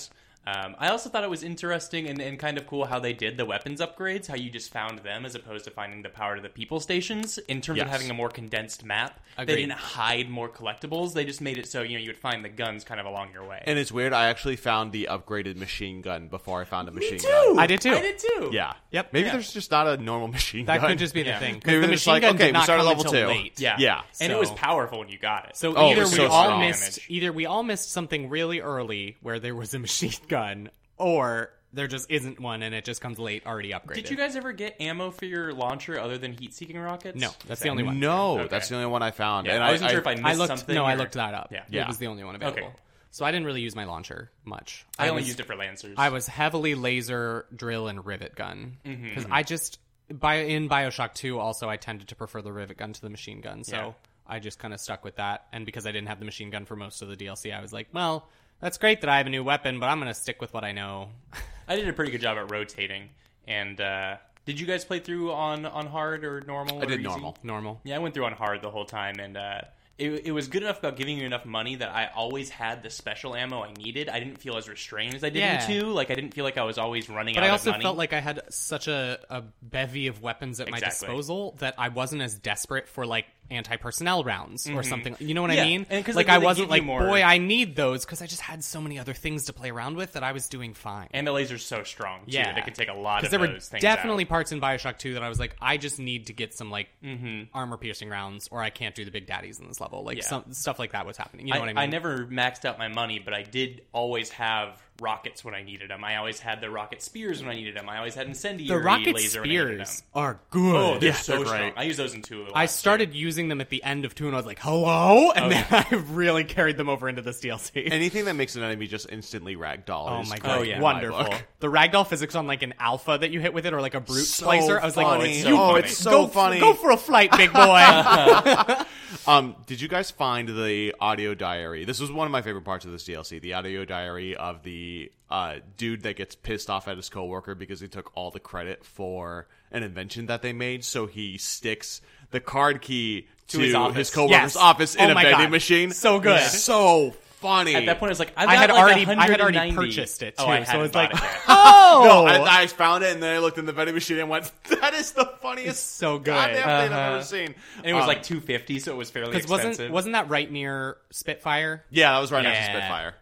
[SPEAKER 3] Um, I also thought it was interesting and, and kind of cool how they did the weapons upgrades, how you just found them as opposed to finding the power to the people stations. In terms of
[SPEAKER 1] Yes.
[SPEAKER 3] having a more condensed map,
[SPEAKER 2] Agreed.
[SPEAKER 3] they didn't hide more collectibles. They just made it so you know you would find the guns kind of along your way.
[SPEAKER 1] And it's weird. I actually found the upgraded machine gun before I found a machine
[SPEAKER 3] Me too.
[SPEAKER 1] gun.
[SPEAKER 2] I did too.
[SPEAKER 3] I did too.
[SPEAKER 1] Yeah.
[SPEAKER 2] Yep.
[SPEAKER 1] Maybe
[SPEAKER 2] Yeah.
[SPEAKER 1] there's just not a normal machine
[SPEAKER 2] That
[SPEAKER 1] gun.
[SPEAKER 2] could just be the
[SPEAKER 3] Yeah.
[SPEAKER 2] thing. 'cause
[SPEAKER 1] Maybe
[SPEAKER 2] the
[SPEAKER 1] it's
[SPEAKER 2] machine
[SPEAKER 1] like,
[SPEAKER 2] gun
[SPEAKER 1] okay,
[SPEAKER 2] did
[SPEAKER 1] we
[SPEAKER 2] not
[SPEAKER 1] started
[SPEAKER 2] come
[SPEAKER 1] level
[SPEAKER 2] until
[SPEAKER 1] two.
[SPEAKER 2] late.
[SPEAKER 3] Yeah.
[SPEAKER 1] Yeah.
[SPEAKER 3] And it was
[SPEAKER 2] So-
[SPEAKER 3] powerful when you got it.
[SPEAKER 2] So
[SPEAKER 1] Oh, it
[SPEAKER 2] either
[SPEAKER 1] was
[SPEAKER 2] we
[SPEAKER 1] so
[SPEAKER 2] all
[SPEAKER 1] strong.
[SPEAKER 2] missed either we all missed something really early where there was a machine gun, or there just isn't one and it just comes late already upgraded.
[SPEAKER 3] Did you guys ever get ammo for your launcher other than heat-seeking rockets?
[SPEAKER 2] No, that's the only one.
[SPEAKER 1] No,
[SPEAKER 3] Okay.
[SPEAKER 1] that's the only one I found.
[SPEAKER 3] Yeah,
[SPEAKER 1] and
[SPEAKER 3] I wasn't sure if I missed
[SPEAKER 2] I looked.
[SPEAKER 3] something.
[SPEAKER 2] No, I
[SPEAKER 3] or-
[SPEAKER 2] looked that up.
[SPEAKER 3] Yeah.
[SPEAKER 2] It
[SPEAKER 1] Yeah.
[SPEAKER 2] was the only one
[SPEAKER 3] Okay.
[SPEAKER 2] available. So I didn't really use my launcher much.
[SPEAKER 3] I, only
[SPEAKER 2] was-
[SPEAKER 3] used it for lancers.
[SPEAKER 2] I was heavily laser drill and rivet gun
[SPEAKER 3] Mm-hmm,
[SPEAKER 2] because I just by in Bioshock Two. Also, I tended to prefer the rivet gun to the machine gun, so
[SPEAKER 3] Yeah.
[SPEAKER 2] I just kind of stuck with that. And because I didn't have the machine gun for most of the DLC, I was like, well, that's great that I have a new weapon, but I'm gonna stick with what I know.
[SPEAKER 3] I did a pretty good job at rotating. And uh, did you guys play through on on hard or normal?
[SPEAKER 1] I
[SPEAKER 3] or
[SPEAKER 1] did
[SPEAKER 3] easy?
[SPEAKER 1] normal.
[SPEAKER 2] Normal.
[SPEAKER 3] Yeah, I went through on hard the whole time, and uh, it, it was good enough about giving you enough money that I always had the special ammo I needed. I didn't feel as restrained as I did
[SPEAKER 2] Yeah.
[SPEAKER 3] in two. Like I didn't feel like I was always running
[SPEAKER 2] But
[SPEAKER 3] out
[SPEAKER 2] I also
[SPEAKER 3] of money.
[SPEAKER 2] felt like I had such a, a bevy of weapons at my
[SPEAKER 3] Exactly.
[SPEAKER 2] disposal that I wasn't as desperate for like anti personnel rounds or something. You know what
[SPEAKER 3] Mm-hmm. Yeah,
[SPEAKER 2] I mean?
[SPEAKER 3] and 'cause,
[SPEAKER 2] like
[SPEAKER 3] like,
[SPEAKER 2] I
[SPEAKER 3] they
[SPEAKER 2] wasn't
[SPEAKER 3] give you
[SPEAKER 2] like,
[SPEAKER 3] more-
[SPEAKER 2] boy, I need those because I just had so many other things to play around with that I was doing fine.
[SPEAKER 3] and the laser's so strong. Too,
[SPEAKER 2] Yeah.
[SPEAKER 3] they can take a lot of
[SPEAKER 2] Because there were
[SPEAKER 3] those things.
[SPEAKER 2] definitely
[SPEAKER 3] out.
[SPEAKER 2] parts in Bioshock 2 that I was like, I just need to get some like armor piercing rounds, or I can't do the big daddies in this level. Like
[SPEAKER 3] Mm-hmm. Yeah.
[SPEAKER 2] some stuff like that was happening. You know
[SPEAKER 3] I,
[SPEAKER 2] what I mean?
[SPEAKER 3] I never maxed out my money, but I did always have rockets when I needed them. I always had the rocket spears when I needed them. I always had incendiary
[SPEAKER 2] the rocket
[SPEAKER 3] laser when I needed
[SPEAKER 2] spears
[SPEAKER 3] them.
[SPEAKER 2] are good.
[SPEAKER 3] Oh, they're
[SPEAKER 1] Yeah,
[SPEAKER 3] so
[SPEAKER 1] they're
[SPEAKER 3] strong.
[SPEAKER 1] great.
[SPEAKER 3] I use those in two. a lot,
[SPEAKER 2] I
[SPEAKER 3] too.
[SPEAKER 2] started using them at the end of two, and I was like, "Hello!" And
[SPEAKER 3] Oh,
[SPEAKER 2] then I really carried them over into this DLC.
[SPEAKER 1] Anything that makes an enemy just instantly ragdoll.
[SPEAKER 2] oh
[SPEAKER 1] is
[SPEAKER 2] my
[SPEAKER 1] great
[SPEAKER 2] god,
[SPEAKER 3] Oh, yeah.
[SPEAKER 1] in my
[SPEAKER 2] wonderful!
[SPEAKER 1] book.
[SPEAKER 2] The ragdoll physics on like an alpha that you hit with it, or like a brute
[SPEAKER 1] So
[SPEAKER 2] slicer. I was like,
[SPEAKER 1] funny.
[SPEAKER 2] "Oh,
[SPEAKER 1] Oh,
[SPEAKER 2] it's so funny.
[SPEAKER 1] it's so
[SPEAKER 2] go,
[SPEAKER 1] funny.
[SPEAKER 2] Go for a flight, big boy."
[SPEAKER 1] Um, did you guys find the audio diary? This was one of my favorite parts of this DLC. The audio diary of the uh, dude that gets pissed off at his coworker because he took all the credit for an invention that they made. So he sticks the card key to,
[SPEAKER 3] his
[SPEAKER 1] his,
[SPEAKER 3] office.
[SPEAKER 1] coworker's
[SPEAKER 2] Yes.
[SPEAKER 1] office in
[SPEAKER 2] Oh
[SPEAKER 1] a
[SPEAKER 2] my
[SPEAKER 1] vending
[SPEAKER 2] God.
[SPEAKER 1] machine.
[SPEAKER 2] So good.
[SPEAKER 1] so funny.
[SPEAKER 3] At that point, I was like, I've
[SPEAKER 2] I
[SPEAKER 3] got
[SPEAKER 2] had
[SPEAKER 3] like
[SPEAKER 2] already- I had already
[SPEAKER 3] 190.
[SPEAKER 2] purchased it,
[SPEAKER 3] Oh,
[SPEAKER 2] too,
[SPEAKER 3] I
[SPEAKER 2] so
[SPEAKER 3] hadn't
[SPEAKER 2] it's like-
[SPEAKER 3] bought it yet.
[SPEAKER 2] oh,
[SPEAKER 1] no, I, I found it and then I looked in the vending machine and went, "That is the funniest,
[SPEAKER 2] It's so good.
[SPEAKER 1] goddamn thing I've
[SPEAKER 3] Uh-huh.
[SPEAKER 1] ever seen."
[SPEAKER 3] and it was
[SPEAKER 1] Um,
[SPEAKER 3] like 250, so it was fairly
[SPEAKER 2] because
[SPEAKER 3] expensive.
[SPEAKER 2] wasn't wasn't that right near Spitfire?
[SPEAKER 1] Yeah, that was right
[SPEAKER 2] Yeah.
[SPEAKER 1] after Spitfire,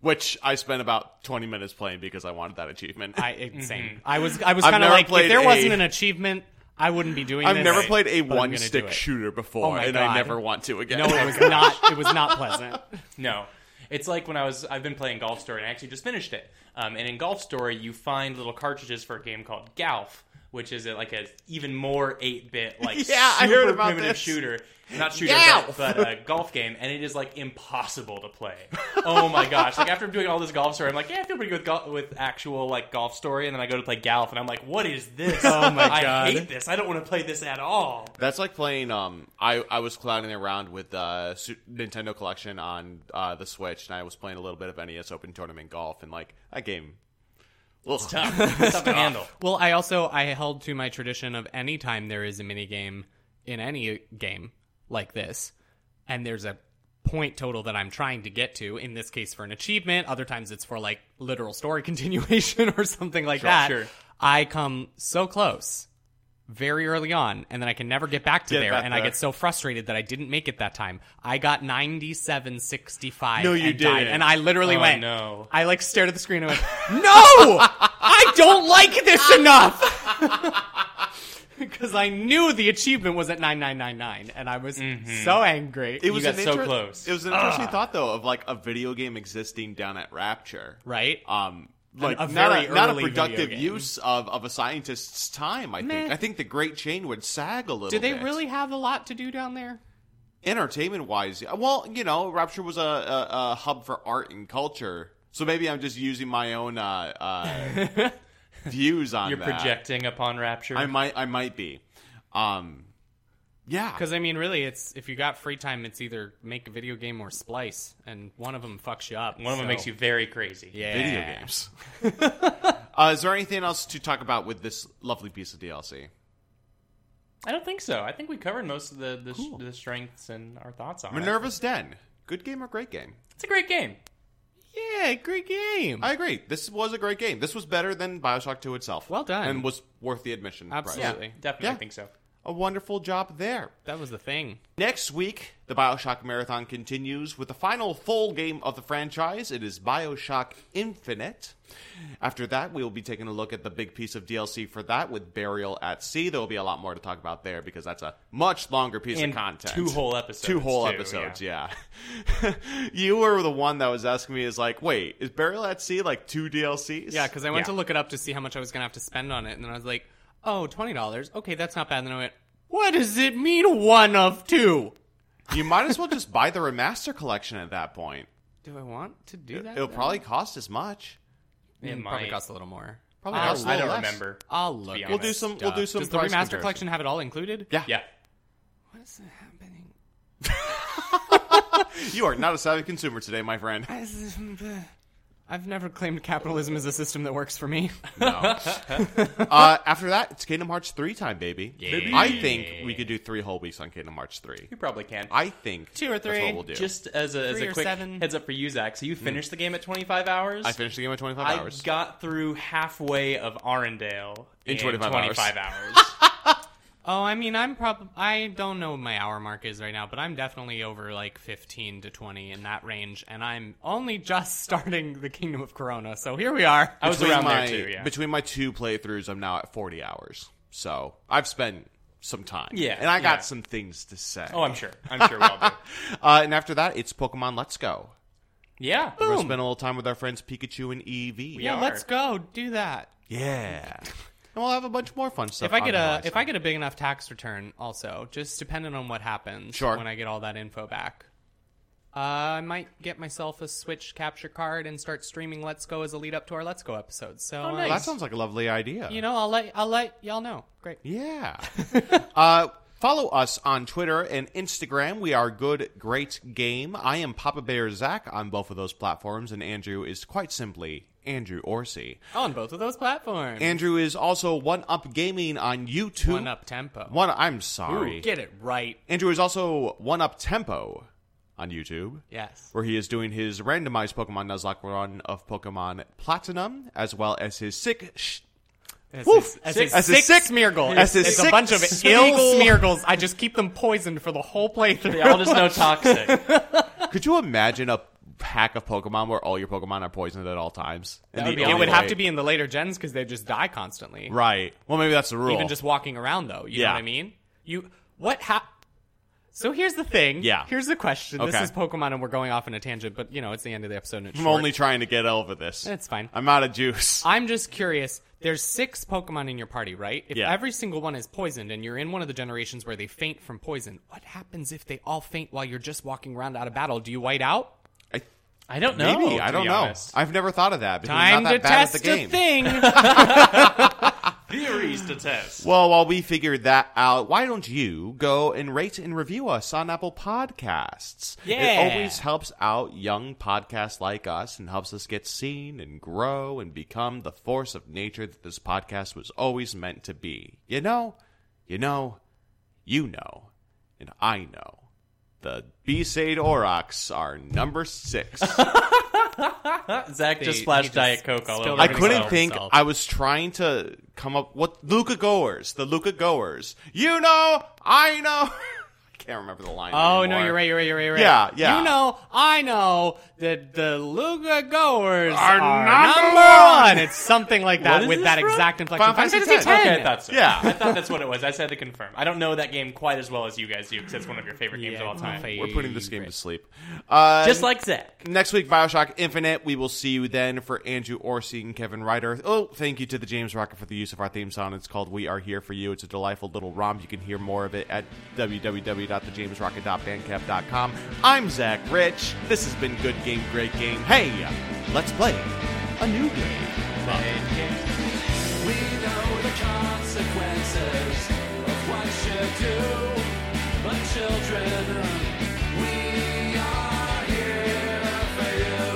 [SPEAKER 1] which I spent about 20 minutes playing because I wanted that achievement.
[SPEAKER 2] I it- same. I was I was
[SPEAKER 1] Mm-hmm. I've
[SPEAKER 2] kind of
[SPEAKER 1] never
[SPEAKER 2] like, if
[SPEAKER 1] played
[SPEAKER 2] there
[SPEAKER 1] a-
[SPEAKER 2] wasn't an achievement, I wouldn't be doing.
[SPEAKER 1] I've
[SPEAKER 2] this,
[SPEAKER 1] never played a
[SPEAKER 2] but I'm
[SPEAKER 1] one
[SPEAKER 2] gonna do
[SPEAKER 1] stick
[SPEAKER 2] it. Oh
[SPEAKER 1] shooter before,
[SPEAKER 2] my
[SPEAKER 1] and
[SPEAKER 2] God.
[SPEAKER 1] I never want to again.
[SPEAKER 2] No, it was not. It was not pleasant.
[SPEAKER 3] No. It's like when I was I've been playing Golf Story and I actually just finished it. Um, and in Golf Story, you find little cartridges for a game called Golf, which is a, like a even more eight bit like
[SPEAKER 1] Yeah, I
[SPEAKER 3] super
[SPEAKER 1] heard about
[SPEAKER 3] primitive
[SPEAKER 1] this.
[SPEAKER 3] shooter, not shooter
[SPEAKER 1] Golf!
[SPEAKER 3] but, but a golf game, and it is like impossible to play. Oh my gosh! Like after doing all this Golf Story, I'm like, yeah, I feel pretty good with, gol with actual like Golf Story, and then I go to play Golf, and I'm like, what is this?
[SPEAKER 2] Oh my God.
[SPEAKER 3] I hate this. I don't want to play this at all.
[SPEAKER 1] That's like playing. Um, I I was clowning around with uh, Su- Nintendo Collection on uh, the Switch, and I was playing a little bit of NES Open Tournament golf, and like that game. Ugh.
[SPEAKER 3] It's tough to handle.
[SPEAKER 2] Well, I also I held to my tradition of any time there is a mini game in any game like this, and there's a point total that I'm trying to get to. In this case, for an achievement. Other times, it's for like literal story continuation or something like that.
[SPEAKER 3] sure.
[SPEAKER 2] I come so close. Very early on, and then I can never get back to
[SPEAKER 1] Get
[SPEAKER 2] there,
[SPEAKER 1] back
[SPEAKER 2] and I
[SPEAKER 1] there.
[SPEAKER 2] get so frustrated that I didn't make it that time. I got ninety-seven sixty-five.
[SPEAKER 1] No, you
[SPEAKER 2] and died,
[SPEAKER 1] didn't.
[SPEAKER 2] and I literally
[SPEAKER 3] Oh,
[SPEAKER 2] went,
[SPEAKER 3] no.
[SPEAKER 2] I like stared at the screen and went, "No, I don't like this enough." Because I knew the achievement was at nine nine nine nine, and I was so angry.
[SPEAKER 1] It was
[SPEAKER 3] Mm-hmm. got
[SPEAKER 1] an
[SPEAKER 3] so
[SPEAKER 1] inter-
[SPEAKER 3] close.
[SPEAKER 1] It was an interesting thought though of like a video game existing down at Rapture,
[SPEAKER 2] right.
[SPEAKER 3] Oh,
[SPEAKER 1] um like
[SPEAKER 2] a
[SPEAKER 1] not,
[SPEAKER 2] very
[SPEAKER 1] a, not a
[SPEAKER 2] early
[SPEAKER 1] productive
[SPEAKER 2] video game.
[SPEAKER 1] use of, of a scientist's time i think
[SPEAKER 2] Meh.
[SPEAKER 1] i think the great chain would sag a little
[SPEAKER 2] Did they
[SPEAKER 1] bit.
[SPEAKER 2] really have a lot to do down there?
[SPEAKER 1] entertainment wise well you know rapture was a, a, a hub for art and culture so maybe i'm just using my own uh, uh, views on
[SPEAKER 3] You're
[SPEAKER 1] that.
[SPEAKER 3] projecting upon Rapture.
[SPEAKER 1] i might i might be um yeah
[SPEAKER 2] Because I mean, really, it's if you got free time, it's either make a video game or splice, and one of them fucks you up.
[SPEAKER 3] One of them
[SPEAKER 2] so-
[SPEAKER 3] makes you very crazy.
[SPEAKER 2] yeah.
[SPEAKER 1] video games uh, is there anything else to talk about with this lovely piece of dlc
[SPEAKER 3] I don't think so. I think we covered most of the the, the strengths and our thoughts on it.
[SPEAKER 1] minerva's den good game or great game
[SPEAKER 3] It's a great game.
[SPEAKER 2] Yeah, great game.
[SPEAKER 1] I agree. This was a great game. This was better than Bioshock 2 itself.
[SPEAKER 2] Well done.
[SPEAKER 1] And was worth the admission. price.
[SPEAKER 2] Absolutely.
[SPEAKER 3] Definitely
[SPEAKER 1] Yeah.
[SPEAKER 3] think so.
[SPEAKER 1] A wonderful job there.
[SPEAKER 2] That was the thing.
[SPEAKER 1] Next week, the Bioshock Marathon continues with the final full game of the franchise. It is Bioshock Infinite. After that, we will be taking a look at the big piece of DLC for that with Burial at Sea. There will be a lot more to talk about there because that's a much longer piece
[SPEAKER 3] And
[SPEAKER 1] of content.
[SPEAKER 3] two whole episodes,
[SPEAKER 1] Two whole
[SPEAKER 3] too,
[SPEAKER 1] episodes, yeah. you were the one that was asking me, is like, wait, is Burial at Sea like two DLCs?
[SPEAKER 2] Yeah, because I went to look it up to see how much I was going to have to spend on it, and then I was like, oh, $20. Okay, that's not bad. And then I went, what does it mean, one of two?
[SPEAKER 1] You might as well just buy the remaster collection at that point.
[SPEAKER 2] Do I want to do that?
[SPEAKER 1] It'll
[SPEAKER 2] though?
[SPEAKER 1] probably cost as much.
[SPEAKER 2] Mm,
[SPEAKER 3] It
[SPEAKER 2] probably
[SPEAKER 3] might.
[SPEAKER 2] costs a little more.
[SPEAKER 1] Probably
[SPEAKER 2] I'll
[SPEAKER 1] costs a
[SPEAKER 2] look-
[SPEAKER 3] I
[SPEAKER 1] little
[SPEAKER 3] don't
[SPEAKER 1] less.
[SPEAKER 3] remember.
[SPEAKER 2] I'll look.
[SPEAKER 3] be
[SPEAKER 2] at
[SPEAKER 1] We'll
[SPEAKER 3] honest.
[SPEAKER 1] do some. We'll do some.
[SPEAKER 2] stuff. Does the
[SPEAKER 1] price
[SPEAKER 2] remaster
[SPEAKER 1] comparison.
[SPEAKER 2] collection have it all included?
[SPEAKER 1] Yeah.
[SPEAKER 3] Yeah.
[SPEAKER 2] What is happening?
[SPEAKER 1] You are not a savvy consumer today, my friend.
[SPEAKER 2] I've never claimed capitalism as a system that works for me.
[SPEAKER 1] Uh, after that, it's Kingdom Hearts 3 time, baby.
[SPEAKER 2] Yeah.
[SPEAKER 1] I think we could do three whole weeks on Kingdom Hearts 3.
[SPEAKER 3] You probably can.
[SPEAKER 1] I think
[SPEAKER 2] Two or
[SPEAKER 1] That's
[SPEAKER 2] three,
[SPEAKER 1] what we'll do. Hmm.
[SPEAKER 3] Just as a, as
[SPEAKER 2] Three
[SPEAKER 3] a
[SPEAKER 2] or
[SPEAKER 3] quick
[SPEAKER 2] seven.
[SPEAKER 3] heads up for you, Zach. So you finished the game at 25 hours.
[SPEAKER 1] I finished the game in 25
[SPEAKER 3] I
[SPEAKER 1] hours.
[SPEAKER 3] got through halfway of Arendelle
[SPEAKER 1] In 25 hours.
[SPEAKER 3] 25 hours.
[SPEAKER 2] Oh, I mean, I'm probably I don't know what my hour mark is right now, but I'm definitely over like 15 to 20 in that range, and I'm only just starting the Kingdom of Corona. So here we are.
[SPEAKER 3] I was
[SPEAKER 1] Between
[SPEAKER 3] around
[SPEAKER 1] my,
[SPEAKER 3] there too. Yeah.
[SPEAKER 1] Between my two playthroughs, I'm now at 40 hours. So I've spent some time.
[SPEAKER 3] Yeah,
[SPEAKER 1] And I got
[SPEAKER 3] yeah.
[SPEAKER 1] some things to say.
[SPEAKER 3] oh, I'm sure. I'm sure we all do.
[SPEAKER 1] Uh, and after that, it's Pokemon Let's Go.
[SPEAKER 3] Yeah.
[SPEAKER 1] We're going to spend a little time with our friends Pikachu and Eevee.
[SPEAKER 2] yeah,
[SPEAKER 3] are.
[SPEAKER 2] let's go do that.
[SPEAKER 1] Yeah. and we'll have a bunch more fun stuff.
[SPEAKER 2] If I get
[SPEAKER 1] could,
[SPEAKER 2] a if I get a big enough tax return, also just depending on what happens
[SPEAKER 1] Sure.
[SPEAKER 2] when I get all that info back, uh, I might get myself a Switch capture card and start streaming Let's Go as a lead up to our Let's Go episode. So uh,
[SPEAKER 1] That sounds like a lovely idea.
[SPEAKER 2] you know, I'll let I'll let y'all know. Great.
[SPEAKER 1] Yeah. uh, follow us on Twitter and Instagram. We are Good Great Game. I am Papa Bear Zach on both of those platforms, and Andrew is quite simply Andrew Orsi.
[SPEAKER 2] On both of those platforms.
[SPEAKER 1] Andrew is also One Up Gaming on YouTube.
[SPEAKER 2] one up tempo.
[SPEAKER 1] One. I'm sorry.
[SPEAKER 2] Get it right.
[SPEAKER 1] Andrew is also One Up Tempo on YouTube.
[SPEAKER 2] Yes.
[SPEAKER 1] where he is doing his randomized Pokemon Nuzlocke run of Pokemon Platinum, as well as his sick. Sh-
[SPEAKER 2] As
[SPEAKER 1] Woof.
[SPEAKER 2] his- as
[SPEAKER 1] Sick-
[SPEAKER 2] his
[SPEAKER 1] as his
[SPEAKER 2] sick
[SPEAKER 1] sick-
[SPEAKER 2] Smeargle.
[SPEAKER 1] as his
[SPEAKER 2] it's
[SPEAKER 1] sick
[SPEAKER 2] a bunch of
[SPEAKER 1] Smeargle.
[SPEAKER 2] ill Smeargles. I just keep them poisoned for the whole playthrough.
[SPEAKER 3] They all just know toxic.
[SPEAKER 1] Could you imagine a pack of Pokemon where all your Pokemon are poisoned at all times? And
[SPEAKER 3] would be
[SPEAKER 1] the
[SPEAKER 2] it
[SPEAKER 1] only
[SPEAKER 2] would have
[SPEAKER 1] way-
[SPEAKER 2] to be in the later gens because they just die constantly.
[SPEAKER 1] right. Well, maybe that's the rule.
[SPEAKER 2] Even just walking around, though. You
[SPEAKER 1] Yeah.
[SPEAKER 2] know what I mean? You what hap? So here's the thing.
[SPEAKER 1] Yeah.
[SPEAKER 2] Here's the question.
[SPEAKER 1] Okay.
[SPEAKER 2] This is Pokemon, and we're going off on a tangent, but you know it's the end of the episode. And it's
[SPEAKER 1] I'm
[SPEAKER 2] short.
[SPEAKER 1] only trying to get over this.
[SPEAKER 2] That's fine.
[SPEAKER 1] I'm out of juice.
[SPEAKER 2] I'm just curious. There's six Pokemon in your party, right? If
[SPEAKER 1] Yeah.
[SPEAKER 2] every single one is poisoned and you're in one of the generations where they faint from poison, what happens if they all faint while you're just walking around out of battle? Do you white out?
[SPEAKER 1] I,
[SPEAKER 3] I don't know.
[SPEAKER 1] maybe
[SPEAKER 3] to
[SPEAKER 1] I don't
[SPEAKER 3] be
[SPEAKER 1] know.
[SPEAKER 3] honest.
[SPEAKER 1] I've never thought of that. because I'm
[SPEAKER 2] Time
[SPEAKER 1] not
[SPEAKER 2] to
[SPEAKER 1] that bad at
[SPEAKER 2] test
[SPEAKER 1] the game.
[SPEAKER 2] a thing.
[SPEAKER 3] Theories to test.
[SPEAKER 1] Well, while we figure that out, why don't you go and rate and review us on Apple Podcasts?
[SPEAKER 2] Yeah.
[SPEAKER 1] It always helps out young podcasts like us and helps us get seen and grow and become the force of nature that this podcast was always meant to be. You know, you know, you know, and I know. The B-Sade Aurochs are number six.
[SPEAKER 3] Zach
[SPEAKER 2] They-
[SPEAKER 3] just splashed
[SPEAKER 2] he just
[SPEAKER 3] Diet Coke all
[SPEAKER 2] spilled
[SPEAKER 3] over
[SPEAKER 1] I
[SPEAKER 2] Everybody
[SPEAKER 1] couldn't
[SPEAKER 2] saw
[SPEAKER 1] think.
[SPEAKER 2] himself.
[SPEAKER 1] I was trying to come up. What Luca Goers? The Luca Goers. You know, I know. I can't remember the line.
[SPEAKER 2] oh no,
[SPEAKER 1] anymore.
[SPEAKER 2] you're right, you're right, you're right, you're right.
[SPEAKER 1] Yeah, yeah.
[SPEAKER 2] You know, I know that the Luga goers
[SPEAKER 1] Are
[SPEAKER 2] are,
[SPEAKER 1] number
[SPEAKER 2] number,
[SPEAKER 1] one.
[SPEAKER 2] one. It's something like
[SPEAKER 3] What
[SPEAKER 2] that
[SPEAKER 3] is
[SPEAKER 2] with
[SPEAKER 3] this
[SPEAKER 2] that
[SPEAKER 3] from?
[SPEAKER 2] exact inflection.
[SPEAKER 1] Final Fantasy X.
[SPEAKER 2] X.
[SPEAKER 3] Okay, I thought so.
[SPEAKER 1] Yeah.
[SPEAKER 3] I thought that's what it was. I said to confirm. I don't know that game quite as well as you guys do because it's one of your favorite games of all time.
[SPEAKER 1] We're putting this game to sleep. Uh,
[SPEAKER 3] Just like Zach.
[SPEAKER 1] next week, Bioshock Infinite. We will see you then for Andrew Orsi and Kevin Ryder. Oh, thank you to the James Rocket for the use of our theme song. It's called "We Are Here for You." It's a delightful little romp. You can hear more of it at www.thejamesrocket.bandcamp.com. I'm Zach Rich. This has been Good Game, Great Game. Hey, let's play a new game.
[SPEAKER 4] We know the consequences of what you do, but children, we are here for you.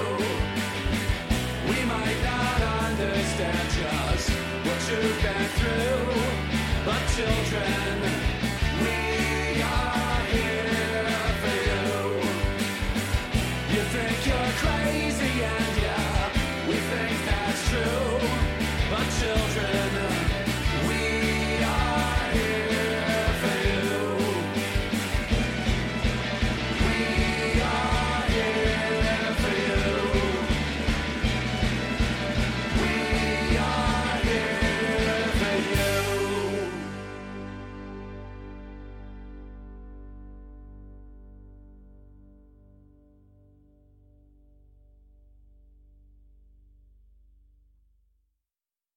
[SPEAKER 4] We might not understand just what you've been through, but children,